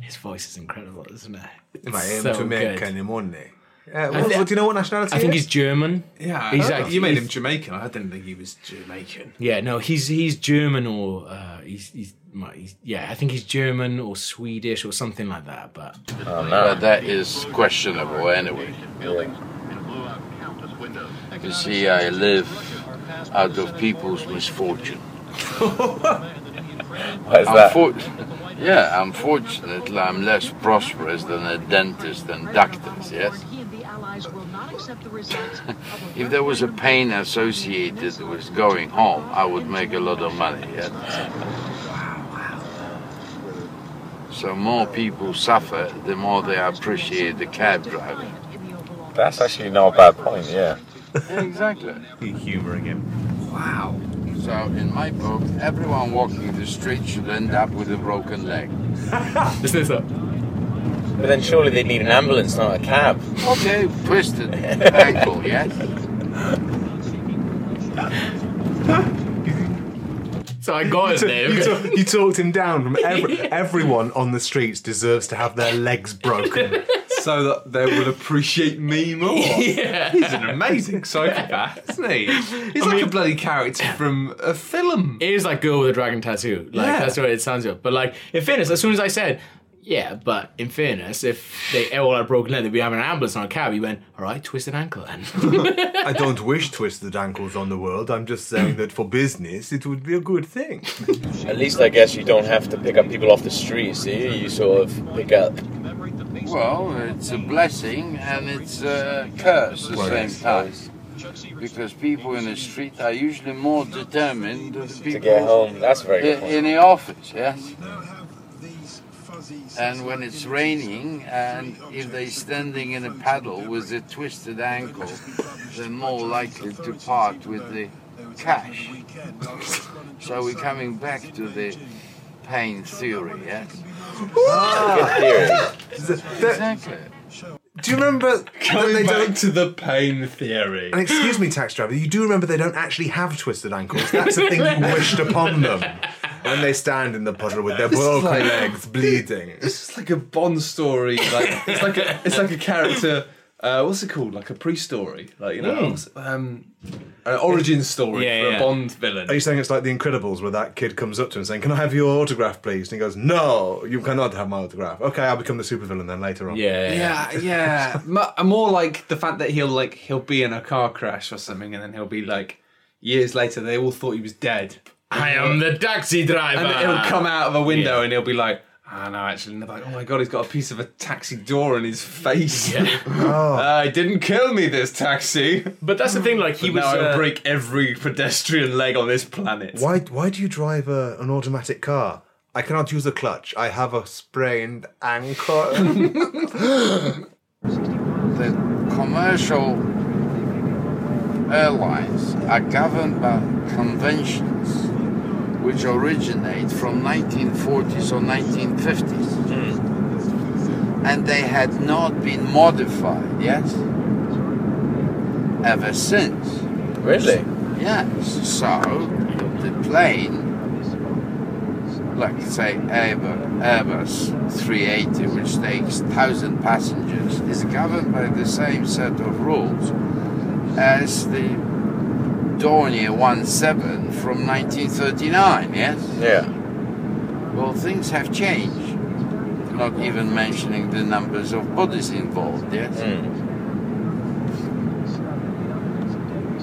B: His voice is incredible, isn't it?
A: I
B: It's
A: am
B: so
A: to make
B: good.
A: any money. Uh, what,
B: thi-
A: what- do you know what nationality
B: I think
A: he is?
B: he's German.
C: Yeah,
B: He's
C: I-
B: like-
C: you made
B: he's-
C: him Jamaican. I didn't think he was Jamaican.
B: Yeah, no, he's he's German or uh, he's, he's, might- he's yeah, I think he's German or Swedish or something like that. But
G: But that is questionable anyway. You see, I live out of people's misfortune.
F: What is that?
G: Unfor- yeah, unfortunately, I'm less prosperous than a dentist and doctors, yes? If there was a pain associated with going home, I would make a lot of money. Yeah? So more people suffer, the more they appreciate the cab driver.
F: That's actually not a bad point, yeah.
G: exactly.
H: humouring him.
G: So in my book, everyone walking the street should end up with a broken leg.
B: Listen to this up.
F: But then surely they'd need an ambulance, not a cab.
G: Okay, twisted ankle, yes.
B: So I got it
A: You,
B: there.
A: talk, you talked him down from every, everyone on the streets deserves to have their legs broken.
C: so that they will appreciate me more. He's an amazing psychopath, isn't he? He's like a bloody character from a film.
B: It is like girl with a dragon tattoo. Like
C: Yeah.
B: that's what it sounds like. But like in fairness, as soon as I said, yeah, but in fairness, if they all had broken leg, they'd be having an ambulance on a cab. He went, all right, twisted ankle then.
A: I don't wish twisted ankles on the world. I'm just saying that for business, it would be a good thing.
F: At least I guess you don't have to pick up people off the streets, do you? You sort of pick up.
G: Well, it's a blessing and it's a curse at the same time. Because people in the street are usually more determined than
F: To get
G: people
F: home, that's a very good
G: i-
F: point.
G: in the office, yes? And when it's raining, and if they're standing in a puddle with a twisted ankle, they're more likely to part with the cash. So we're coming back to the pain theory, yes? Exactly.
A: Do you remember that they don't?
C: to the pain theory.
A: And excuse me, tax driver, you do remember they don't actually have twisted ankles. That's a thing you wished upon them. When they stand in the puddle with their broken
C: like-
A: legs bleeding.
C: This is like a Bond story. Like it's like a it's like a character. Uh, what's it called? Like a pre-story. Like you know, what's- um, an origin story
B: Hmm. Yeah,
C: for
B: yeah.
C: a Bond villain.
A: Are you saying it's like The Incredibles, where that kid comes up to him saying, Can I have your autograph, please? And he goes, No, you cannot have my autograph. Okay, I'll become the supervillain then later on.
B: yeah.
C: Yeah, yeah. Mu- More like the fact that he'll like he'll be in a car crash or something, and then he'll be like years later they all thought he was dead,
B: I am the taxi driver.
C: and he'll come out of a window
B: Ah. yeah.
C: and he'll be like. Ah no, actually, and they're like, oh my god, he's got a piece of a taxi door in his face.
B: Yeah. Oh.
C: Uh, he didn't kill me, this taxi.
B: But that's the thing. Like he
C: But
B: was.
C: now I'll
B: uh,
C: break every pedestrian leg on this planet.
A: Why, why do you drive a, an automatic car? I cannot use a clutch. I have a sprained ankle.
G: the commercial airlines are governed by conventions which originate from 1940s or 1950s and they had not been modified yes ever since
F: Really?
G: Yes. So the plane, like say Airbus, Airbus 380, which takes thousand passengers, is governed by the same set of rules as the Dornier 17 from 1939. Yes.
F: Yeah.
G: Well, things have changed. Not even mentioning the numbers of bodies involved. Yes.
B: I really don't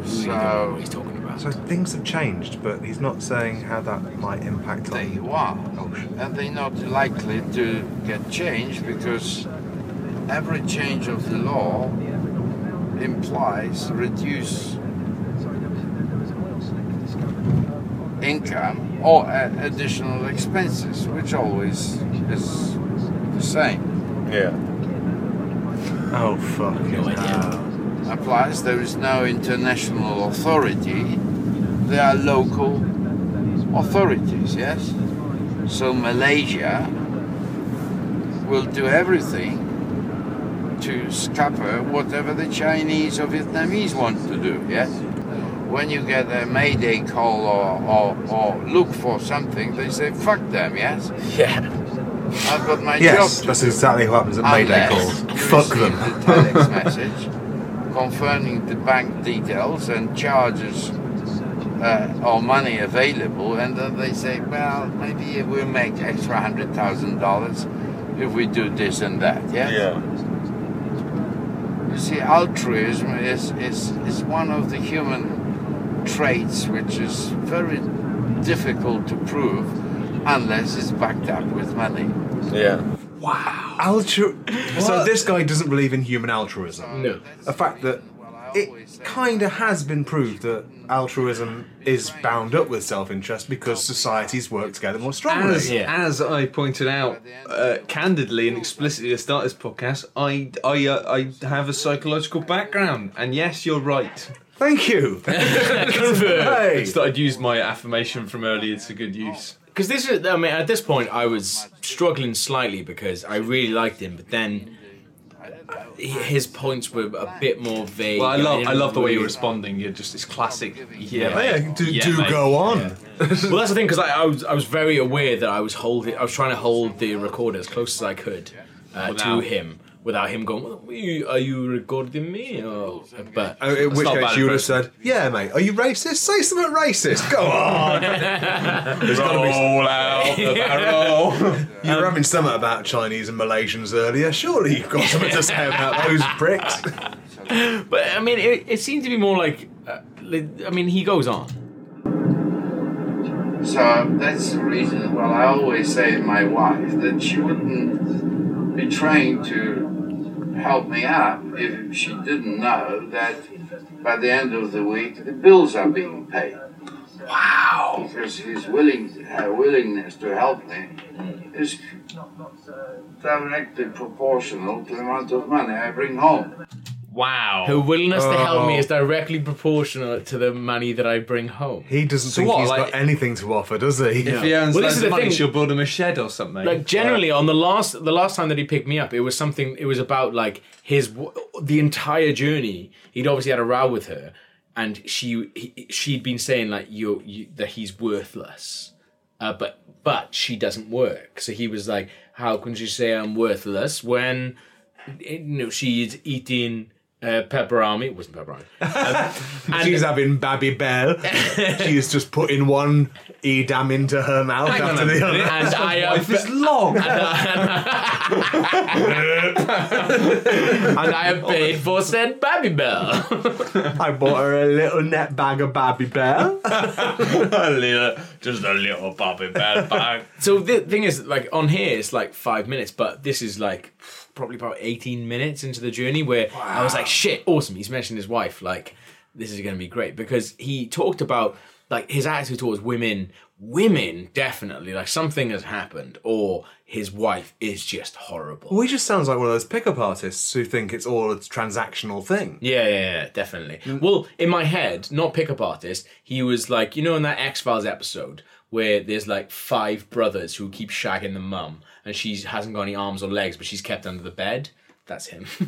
B: know
G: So-
B: what he's talking about.
A: so things have changed, but he's not saying how that might impact
G: They
A: on
G: are, and they're not likely to get changed because every change of the law implies reduce income or a- additional expenses, which always is the same.
F: Yeah.
A: Oh, Uh, fucking hell.
G: Applies there is no international authority, there are local authorities, yes? So Malaysia will do everything to scupper whatever the Chinese or Vietnamese want to do, yes? When you get a mayday call or, or, or look for something, they say, fuck them, yes?
F: Yeah.
G: I've got my
A: Yes,
G: job to
A: that's
G: do.
A: exactly what happens at Mayday
G: Unless
A: calls.
G: you
A: Fuck
G: receive
A: them.
G: The telex message confirming the bank details and charges uh, or money available, and then they say, well, maybe we'll make extra hundred thousand dollars if we do this and that. Yeah.
F: Yeah.
G: You see, altruism is, is is one of the human traits which is very difficult to prove unless it's backed up with money.
F: Yeah.
A: Altru- so this guy doesn't believe in human altruism.
B: No.
A: The fact that
G: Well, I
A: it kind of has been proved that altruism is bound up with self-interest because societies work together more strongly.
C: As,
B: Yeah.
C: as I pointed out uh, candidly and explicitly to start this podcast, I I uh, I have a psychological background, and yes, you're right.
A: Thank you. Hey.
C: It's that I'd used my affirmation from earlier to good use.
B: Because this is, I mean, at this point, I was struggling slightly because I really liked him, but then he- his points were a bit more vague.
C: Well, I love
B: didn't
C: I love the way you're
B: really-
C: responding. You're just it's classic. Yeah,
A: Yeah,
C: mate.
A: do,
C: Yeah,
A: do
C: mate.
A: go on.
B: Well, that's the thing because I, I was I was very aware that I was holding, I was trying to hold the recorder as close as I could uh, to
C: Without-
B: him without him going, well, are, you, "Are you recording me?" Or, but
A: Uh, In which
C: not
A: case
C: bad
A: you would have
C: impression.
A: said, "Yeah, mate, are you racist? Say something racist. Go on." There's gotta be-
C: Roll out the barrel.
A: you were having something about Chinese and Malaysians earlier. Surely you've got something to say about those bricks.
B: but I mean, it, it seemed to be more like, uh, like, I mean, he goes on.
G: So that's the reason why I always say to my wife that she wouldn't be trying to help me up if she didn't know that by the end of the week the bills are being paid. Wow! Because his willing, her willingness to help me is directly proportional to the amount of money I bring home.
C: Wow.
B: Her willingness to help me
A: Oh.
B: is directly proportional to the money that I bring home.
A: He doesn't
C: So
A: think
C: what,
A: he's
C: like-
A: got anything to offer, does he?
C: If he earns
B: Well, this
C: loads
B: is
C: of
B: the
C: money,
B: thing.
C: she'll build him a shed or something.
B: Like generally, on the last the last time that he picked me up, it was something. It was about like his w- the entire journey. He'd obviously had a row with her, and she he, she'd been saying like you, you that he's worthless, uh, but but she doesn't work. So he was like, how can she say I'm worthless when you know she's eating uh, pepperami? It wasn't Uh, pepperami.
A: She's having Babby Bell. She's just putting one Edam into her mouth
C: on
A: after the
C: a minute.
A: other.
B: And I have
C: Life is long.
B: and I have paid for said baby bell.
A: I bought her a little net bag of Babby Bell.
C: a little, just a little bobby bad bag.
B: So the thing is, like on here, it's like five minutes, but this is like probably about eighteen minutes into the journey where I was like, "Shit, awesome!" He's mentioned his wife. Like, this is going to be great because he talked about like his attitude towards women. Women definitely like something has happened, or his wife is just horrible.
A: well, he just sounds like one of those pickup artists who think it's all a transactional thing.
B: Yeah, yeah, yeah, definitely. Well, in my head, not pickup artist, he was like, you know, in that X Files episode where there's like five brothers who keep shagging the mum, and she hasn't got any arms or legs, but she's kept under the bed. That's him.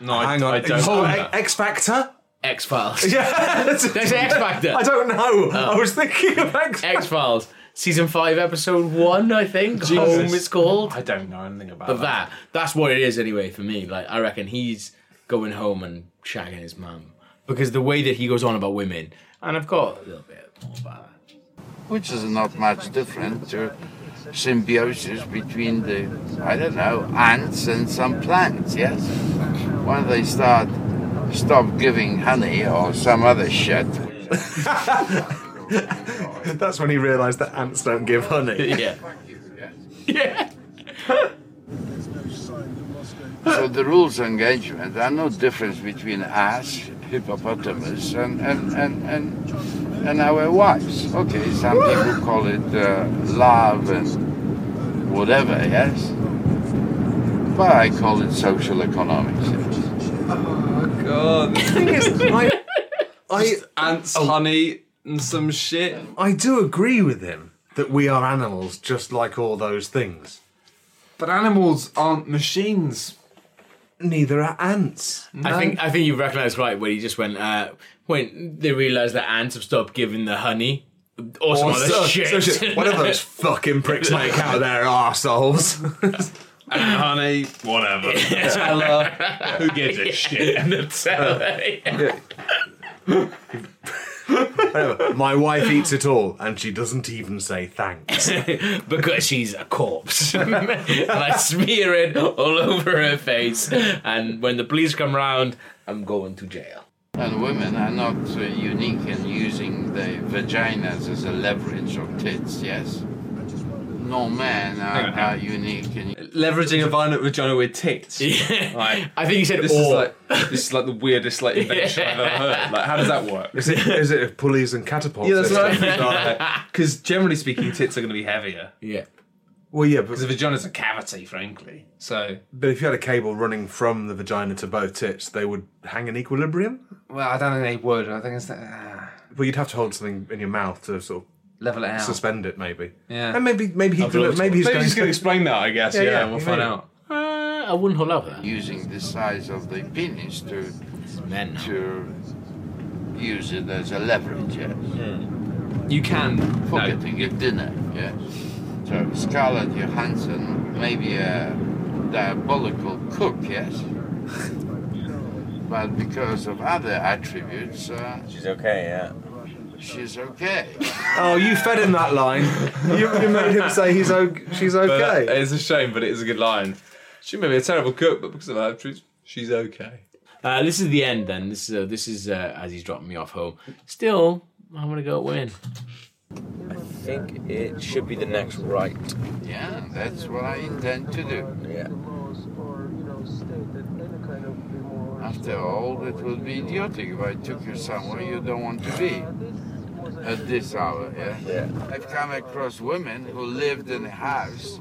C: No, I,
A: Hang on,
C: I don't.
A: Oh,
C: know
A: X-
C: that.
A: X Factor.
B: X Files.
A: Yeah,
B: There's X Factor. Oh.
A: I don't know. I was thinking of X.
B: X Files, season five, episode one, I think. Home it's called.
C: I don't know anything about
B: But that, that's what it is anyway for me. Like, I reckon he's going home and shagging his mum because the way that he goes on about women, and I've got a little bit more about that.
G: which is not much different to symbiosis between the I don't know ants and some plants. Yes, when they start stop giving honey or some other shit.
A: That's when he realised that ants don't give honey.
B: Yeah. Yeah.
G: So the rules of engagement are no difference between us, hippopotamus, and and and and, and our wives. Okay, some people call it uh, love and whatever. Yes, but I call it social economics. Yes?
B: Oh,
C: God,
A: thing is, I, I,
C: ants, honey, and some shit.
A: I do agree with him that we are animals, just like all those things.
C: But animals aren't machines.
A: Neither are ants.
B: I think I think you recognised right when he just went uh, when they realised that ants have stopped giving the honey or some other
A: so- so
B: shit.
A: shit. Whatever those fucking pricks make out of their arseholes.
C: honey, whatever. Who gives a shit?
A: Whatever. My wife eats it all, and she doesn't even say thanks.
B: because she's a corpse. and I smear it all over her face. And when the police come round, I'm going to jail.
G: And women are not uh, unique in using their vaginas as a leverage of tits, yes. no man are, are unique. And
C: Leveraging a violent vagina with tits.
B: Yeah.
C: Like,
B: I think he said
C: This is
B: all.
C: like this is like the weirdest like invention I've ever heard. Like, how does that work?
A: Is it, is it pulleys and catapults?
C: Yeah, that's
A: It's-
C: right. Because generally speaking, tits are going to be heavier.
B: yeah.
A: Well, yeah, but,
C: Because the vagina's a cavity, frankly. So
A: but if you had a cable running from the vagina to both tits, they would hang in equilibrium.
C: well, I don't think they would. I think it's uh,
A: But you'd have to hold something in your mouth to sort of
C: level it out.
A: suspend it, maybe.
C: Yeah.
A: And maybe maybe he could, maybe he's
C: Maybe
A: going
C: he's going to
A: to
C: explain that, I guess. Yeah,
A: yeah,
C: we'll
A: yeah.
C: find out.
B: Uh, I wouldn't hold up that.
G: using the size of the penis to
B: Men.
G: to use it as a leverage, yes.
C: You can.
G: for getting your dinner, yes. So Scarlett Johansson, maybe a diabolical cook, yes. but because of other attributes, uh,
F: She's okay, yeah.
G: she's okay.
A: Oh, you fed him that line. you, you made him say he's o- she's
C: But, uh,
A: okay.
C: it's a shame, but it is a good line. She may be a terrible cook, but because of her attributes, she's okay.
B: Uh, this is the end. Then this is uh, this is uh, as he's dropping me off home. Still, I'm gonna go win.
F: I think it should be the next right.
G: yeah, that's what I intend to do.
F: Yeah.
G: After all, it would be idiotic if I took you somewhere you don't want to be at this hour, yeah?
F: Yeah.
G: I've come across women who lived in a house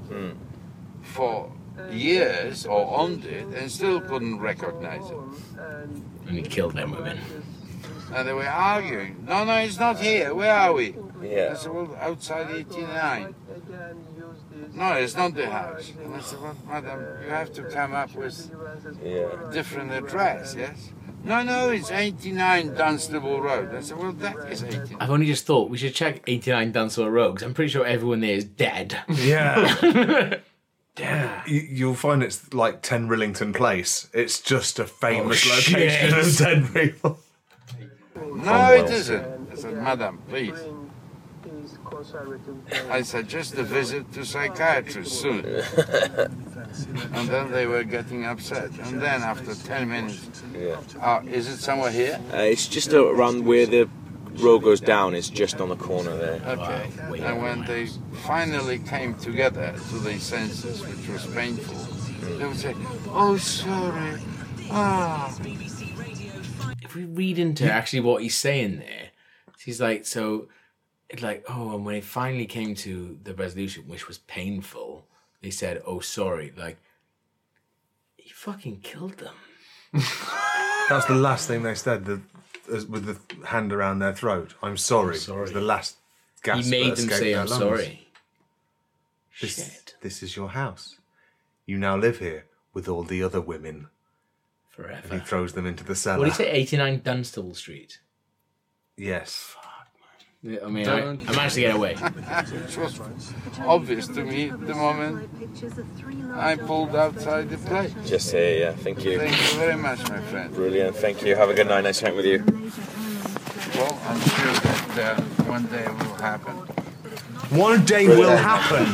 G: for years or owned it and still couldn't recognize it.
B: And he killed them women.
G: And they were arguing. No, no, it's not here. Where are we? I
F: Yeah.
G: said, well, outside 89. No, it's not the house. And I said, well, madam, you have to come up with
F: Yeah.
G: different address, yes? No, no, it's 89 Dunstable Road. I said, well, that is 89.
B: I've only just thought we should check 89 Dunsore Road 'cause I'm pretty sure everyone there is dead.
A: yeah. Yeah, you, you'll find it's like Ten Rillington Place. It's just a famous
B: Oh,
A: location of ten people.
G: No, it isn't. I said, madam, please. I suggest a visit to psychiatrist soon. and then they were getting upset. And then after 10 minutes,
F: Yeah.
G: oh, is it somewhere here?
F: Uh, it's just around where the road goes down. It's just on the corner there.
G: Okay. And when they finally came together to their senses, which was painful, they would say, oh, sorry. Ah.
B: if we read into actually what he's saying there, he's like, so, it's like, oh, and when it finally came to the resolution, which was painful, they said, oh, sorry. Like, he fucking killed them.
A: That's the last thing they said. The, as- with the hand around their throat. I'm sorry.
B: sorry.
A: was the last gasp.
B: he made
A: that
B: them
A: escaped
B: say,
A: their
B: I'm
A: lungs.
B: sorry.
A: This,
B: Shit.
A: this is your house. You now live here with all the other women. And he
B: Forever.
A: throws them into the cellar.
B: What did he say? 89 Dunstable Street.
A: Yes.
B: I mean, I, I managed to get away.
G: It was obvious to me the moment I pulled outside the place.
F: Just say, yeah, thank you.
G: Thank you very much, my friend.
F: Brilliant, thank you. Have a good night. Nice hang with you.
G: Well, I'm sure that uh, one day it will happen.
A: One day will happen.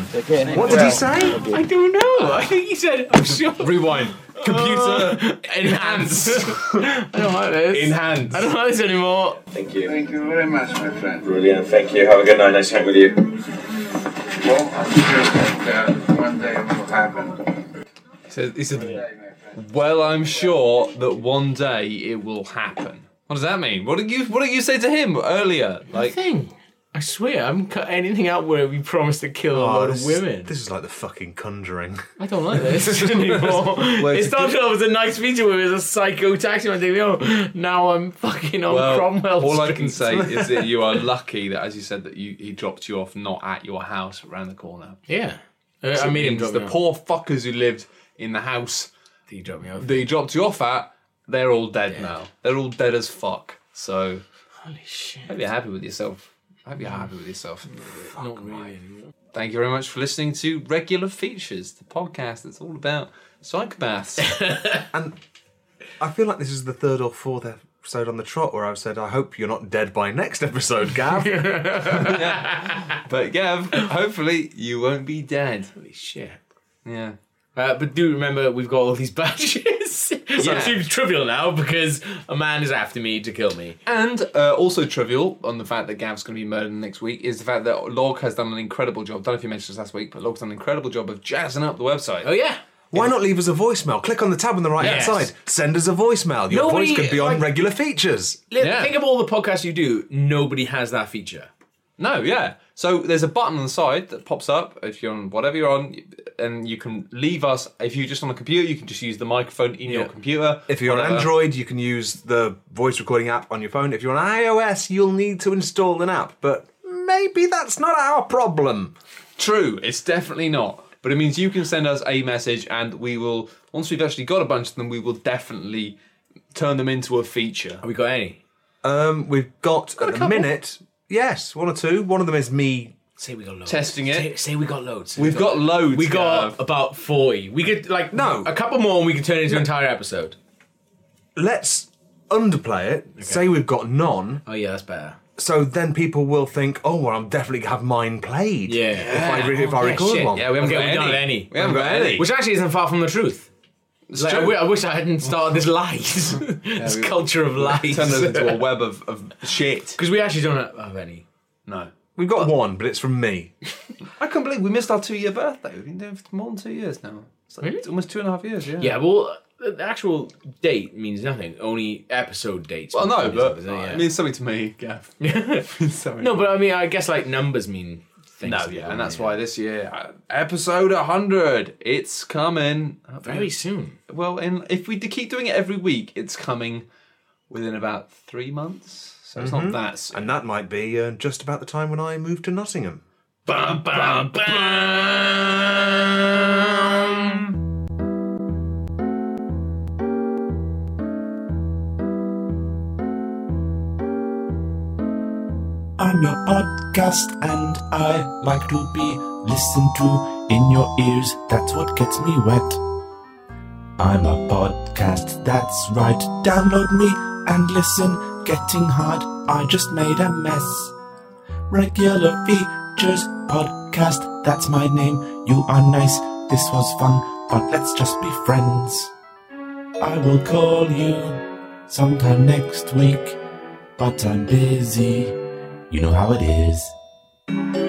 A: What did he say?
B: I don't know. I think he said, I'm sure.
C: Rewind. Computer
B: Enhance. I don't like this.
C: in hand.
B: I don't like this anymore.
F: Thank you.
G: Thank you very much, my friend.
F: Brilliant, thank you. Have a good night. Nice hang with you.
G: Well, I'm sure that uh, one day it will happen.
C: So he said, "Well, I'm sure that one day it will happen." What does that mean? What did you What did you say to him earlier? Like,
B: thing. I swear, I haven't cut anything out where we promised to kill a lot
A: Oh,
C: Oh,
A: this,
B: of
A: is-
B: women.
A: This is like the fucking conjuring.
B: I don't like this anymore. it
A: it's a
B: started off as a nice feature where it was a psycho taxi man thinking, oh, now I'm fucking on
C: well,
B: Cromwell
C: all I
B: Street.
C: can say is that you are lucky that, as you said, that you, he dropped you off not at your house but around the corner.
B: Yeah. Uh, I mean,
C: Means the poor fuckers who lived in the house
B: He dropped me off.
C: that he dropped you off at, they're all dead now. They're all dead as fuck. So,
B: Holy shit.
C: hope you're happy with yourself. I hope you're happy with yourself.
B: Not really. anymore.
C: Thank you very much for listening to Regular Features, the podcast that's all about psychopaths.
A: And I feel like this is the third or fourth episode on the trot where I've said, I hope you're not dead by next episode, Gav.
C: but Gav, hopefully you won't be dead.
B: Holy shit.
C: Yeah.
B: Uh, but do remember, we've got all these badges. So
C: Yeah.
B: it seems trivial now because a man is after me to kill me.
C: And uh, also trivial on the fact that Gav's going to be murdered next week is the fact that Log has done an incredible job. Don't know if you mentioned this last week, but Log's done an incredible job of jazzing up the website.
B: Oh yeah.
A: Why not leave us a voicemail? Click on the tab on the right hand
B: Yes.
A: side. Send us a voicemail. Your
B: Nobody-
A: voice could be on
B: like-
A: regular features.
B: Li-
C: Yeah.
B: Think of all the podcasts you do. Nobody has that feature.
C: No, yeah. So there's a button on the side that pops up if you're on whatever you're on, and you can leave us. If you're just on a computer, you can just use the microphone in your
B: Yeah.
C: computer.
A: If you're on
C: whatever.
A: Android, you can use the voice recording app on your phone. If you're on iOS, you'll need to install an app, but maybe that's not our problem.
C: True, it's definitely not. But it means you can send us a message, and we will, once we've actually got a bunch of them, we will definitely turn them into a feature.
B: Have we got any?
A: Um, we've got, at the
C: couple.
A: minute, yes, one or two. One of them is me.
B: Say we got loads.
C: Testing it.
B: Say, say we got loads. Say
C: We've got loads.
B: We got
C: Gav.
B: about forty. We could like
A: No.
B: a couple more, and we could turn it into an entire episode.
A: Let's underplay it. Say we've got none,
B: Oh yeah, that's better.
A: so then people will think, oh, well, I'm definitely gonna have mine played.
B: Yeah.
A: If I, re- if I record
B: shit,
A: one.
C: Yeah, we haven't
B: Okay,
C: got
B: we
C: any.
B: don't have any.
C: We haven't got any.
B: Which actually isn't far from the truth. Like, I,
C: true.
B: w- I wish I hadn't started this lies, this culture of lies.
C: turn those into a web of, of shit.
B: Because we actually don't have- have any.
C: No.
A: We've got one, but it's from me.
C: I can't believe we missed our two year birthday. We've been doing it for more than two years now. It's like,
B: Really?
C: it's almost two and a half years, yeah.
B: Yeah, well, the actual date means nothing. Only episode dates.
C: Well, no,
B: mean
C: but
B: something, doesn't
C: it means something to me, Gav.
B: yeah. no, but I mean, I guess like numbers mean things.
C: No,
B: to
C: yeah,
B: people,
C: and that's why this year, uh, episode 100, it's coming.
B: very soon.
C: Well, and if we d- keep doing it every week, it's coming within about three months. So it's
B: Mm-hmm.
C: not that. soon.
A: And that might be uh, just about the time when I moved to Nottingham.
B: Bum, bum, bum.
H: I'm your podcast and I like to be listened to in your ears. That's what gets me wet. I'm a podcast, that's right. Download me and listen. Getting hard, I just made a mess. Regular features podcast, that's my name. You are nice, this was fun, but let's just be friends. I will call you sometime next week, but I'm busy. You know how it is.